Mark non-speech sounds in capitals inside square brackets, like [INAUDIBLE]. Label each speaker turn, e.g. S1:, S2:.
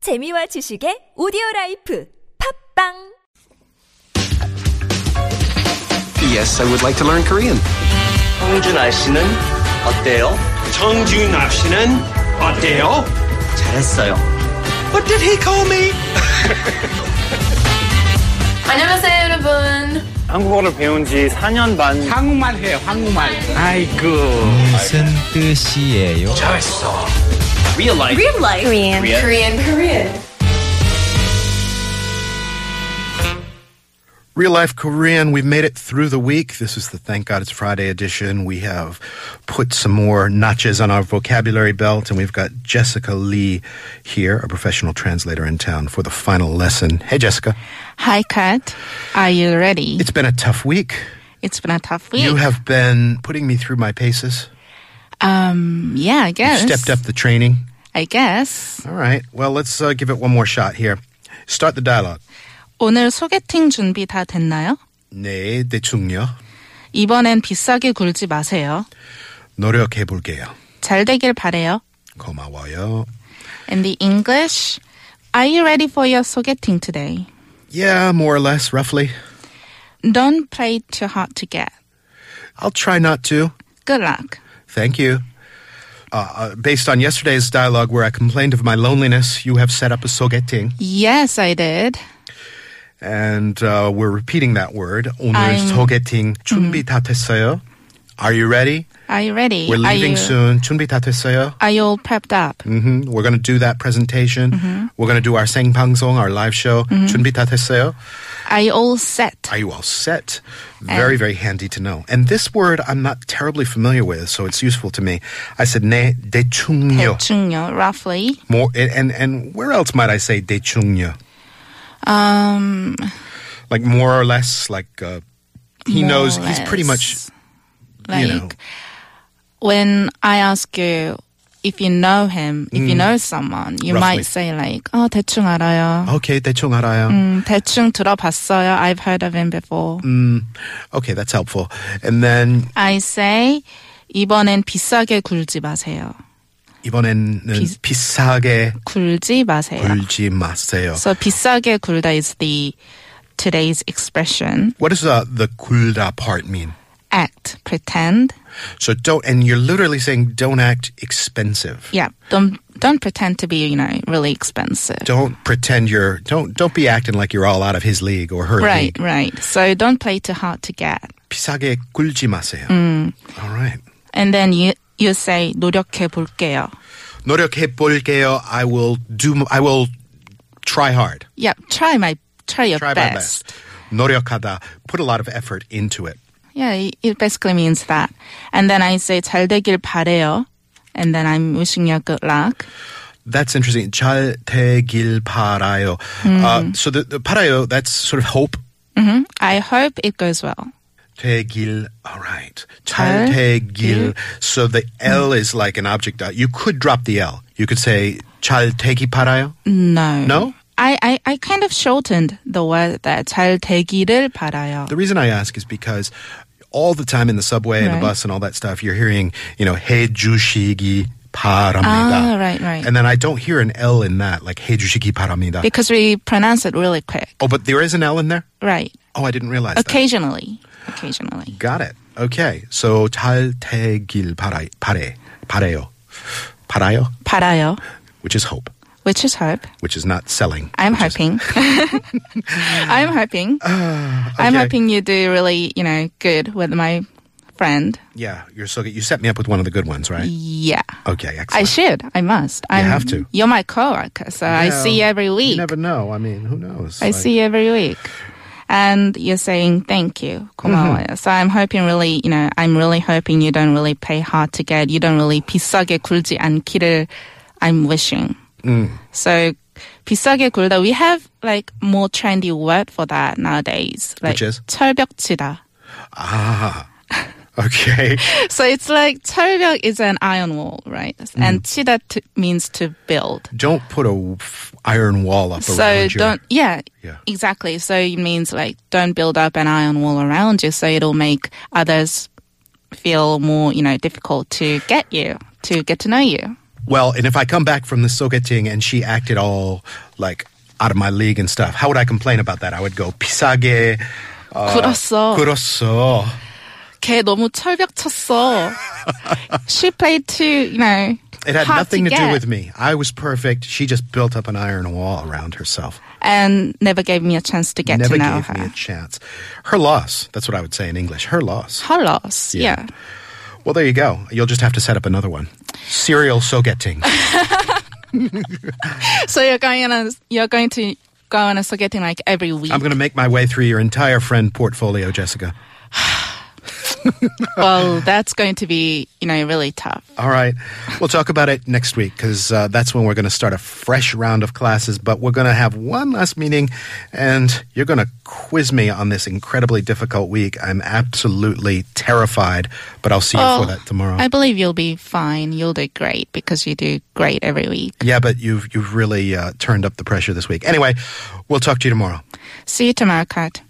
S1: 재미와 지식의 오디오 라이프 팝빵
S2: Yes, I would like to learn Korean.
S3: 홍준아 씨는 어때요?
S4: 정준합 씨는 어때요?
S3: 잘했어요.
S2: What did he call me?
S5: 안녕하세요 여러분
S6: 한국어를 배운 지 4년 반
S7: 무슨 뜻이에요?
S3: Real life.
S5: Real life Korean Korean Korean
S8: Real Life Korean, we've made it through the week. This is the Thank God It's Friday edition. We have put some more notches on our vocabulary belt, and we've got Jessica Lee here, a professional translator in town, for the final lesson. Hey, Jessica.
S9: Hi, Kat. Are you ready?
S8: It's been a tough week.
S9: It's been a tough week.
S8: You have been putting me through my paces.
S9: um, yeah, I
S8: You've
S9: guess.
S8: stepped up the training.
S9: I guess.
S8: All right. Well, let's uh, give it one more shot here. Start the dialogue.
S9: 오늘 소개팅 준비 다 됐나요?
S8: 네, 대충요.
S9: 이번엔 비싸게 굴지 마세요.
S8: 노력해볼게요.
S9: 잘 되길 바래요.
S8: 고마워요.
S9: And the English. Are you ready for your 소개팅 today?
S8: Yeah, more or less, roughly.
S9: Don't play too hard to get.
S8: I'll try not to.
S9: Good luck.
S8: Thank you. Uh, uh, based on yesterday's dialogue where I complained of my loneliness, you have set up a sogeting.
S9: Yes, I did.
S8: And uh, we're repeating that word. 오늘
S9: I'm-
S8: 소개팅 준비 다 됐어요? Are you ready?
S9: Are you ready?
S8: We're leaving
S9: are you,
S8: soon. 준비 다 됐어요?
S9: Are you all prepped up?
S8: hmm We're going to do that presentation. We're going to do our 생방송, our live show. 준비 다 됐어요?
S9: Are you all set?
S8: Are you all set? Very, very handy to know. And this word I'm not terribly familiar with, so it's useful to me. I said 네 대충요.
S9: 대충요, roughly.
S8: More and and- and where else might I say 대충요?
S9: Um,
S8: Like more or less, like uh, he
S9: more
S8: knows
S9: or
S8: he's pretty much
S9: less.
S8: you know.
S9: when I ask you if you know him, if you know someone, you
S8: Roughly.
S9: might say like, "Oh, 대충 알아요."
S8: Okay, 대충 알아요.
S9: 음, 대충 들어봤어요. I've heard of him before.
S8: Okay, that's helpful. And then
S9: I say 이번엔 비싸게 굴지 마세요.
S8: 이번에는
S9: 비-
S8: 비싸게
S9: 굴지 마세요.
S8: 굴지 마세요.
S9: So 비싸게 굴다 is the today's expression.
S8: What does uh, the kulda part mean?
S9: Act, pretend.
S8: So don't, and you're literally saying don't act expensive.
S9: Yeah, don't don't pretend to be you know really expensive.
S8: Don't pretend you're don't don't be acting like you're all out of his league or her
S9: Right,
S8: league.
S9: right. So don't play too hard to get.
S8: 비싸게 굴지 마세요.
S9: Mm.
S8: All right.
S9: And then you you say 노력해 볼게요.
S8: 노력해 볼게요. I will do. m- I will try hard.
S9: Yeah, try my try your
S8: Try
S9: best.
S8: my best. 노력하다. Put a lot of effort into it.
S9: Yeah, it- it basically means that. And then I say 잘 되길 바래요. And then I'm wishing you good luck.
S8: That's interesting. 잘 되길 바라요. Uh, so the, the 바라요. That's sort of hope.
S9: I hope it goes well.
S8: 되길. All right.
S9: 잘
S8: 잘 되길. So the L is like an object. uh, You could drop the L. You could say 잘 되기 바라요.
S9: No.
S8: No?
S9: I, I, I kind of shortened the word that 잘 되기를 바라요.
S8: The reason I ask is because all the time in the subway and the
S9: Right.
S8: bus and all that stuff, you're hearing, you know, 해주시기 바랍니다.
S9: Ah, right, right.
S8: And then I don't hear an L in that, like 해주시기 바랍니다.
S9: because we pronounce it really quick.
S8: oh, but there is an L in there?
S9: Right.
S8: Oh, I didn't realize that.
S9: Occasionally. Occasionally.
S8: Got it. Okay. So, 잘 되길 바라, 바래, 바래요. 바라요,
S9: 바라요,
S8: which is hope,
S9: which is hope.
S8: which is not selling.
S9: I'm
S8: which is- [LAUGHS] Ah,
S9: hoping. [LAUGHS] I'm hoping. I'm
S8: okay.
S9: hoping you do really, you know, good with my friend.
S8: yeah, you're so good. You set me up with one of the good ones, right?
S9: Yeah.
S8: Okay, excellent.
S9: I should. I must. I
S8: have to.
S9: You're my coworker, so I
S8: Yeah,
S9: see you every week.
S8: You never know. I mean, who knows?
S9: I
S8: Like-
S9: see you every week. And you're saying thank you,
S8: Mm-hmm.
S9: 고마워요. So I'm hoping really, you know, I'm really hoping you don't really pay hard to get. You don't really 비싸게 굴지 않기를 I'm wishing.
S8: Mm.
S9: So 비싸게 굴다, we have like more trendy word for that nowadays. Like
S8: Which is?
S9: 철벽치다.
S8: Ah. Okay. [LAUGHS]
S9: So it's like 철벽 is an iron wall, right?
S8: Mm.
S9: And 치다 t- means to build.
S8: don't put a f- iron wall up
S9: So
S8: around you.
S9: don't, yeah,
S8: Yeah.
S9: exactly. So it means like don't build up an iron wall around you, so it'll make others feel more, you know, difficult to get you, to get to know you.
S8: Well, and if I come back from the sogeting and she acted all like out of my league and stuff, how would I complain about that? I would go pisage.
S9: 굴었어.
S8: Uh, 그렇소.
S9: 걔 너무 철벽 쳤어. She played too, you know.
S8: It had
S9: hard
S8: nothing to,
S9: to,
S8: do
S9: get
S8: with me. I was perfect. She just built up an iron wall around herself.
S9: And never gave me a chance to get
S8: Never
S9: to know
S8: gave me
S9: her.
S8: a chance. Her loss. That's what I would say in English. Her loss.
S9: Her loss.
S8: Yeah.
S9: Yeah.
S8: Well, there you go. You'll just have to set up another one. Serial
S9: [LAUGHS]
S8: sogeting.
S9: So you're going on. A, you're going to go on a sogeting like every week.
S8: I'm going to make my way through your entire friend portfolio, Jessica.
S9: well, that's going to be you know really tough.
S8: All right. We'll talk about it next week because uh, that's when we're going to start a fresh round of classes. But we're going to have one last meeting and you're going to quiz me on this incredibly difficult week. I'm absolutely terrified, but I'll see you
S9: Oh,
S8: for that tomorrow.
S9: I believe you'll be fine. You'll do great because you do great every week.
S8: yeah, but you've, you've really uh, turned up the pressure this week. Anyway, we'll talk to you tomorrow.
S9: See you tomorrow, Kat.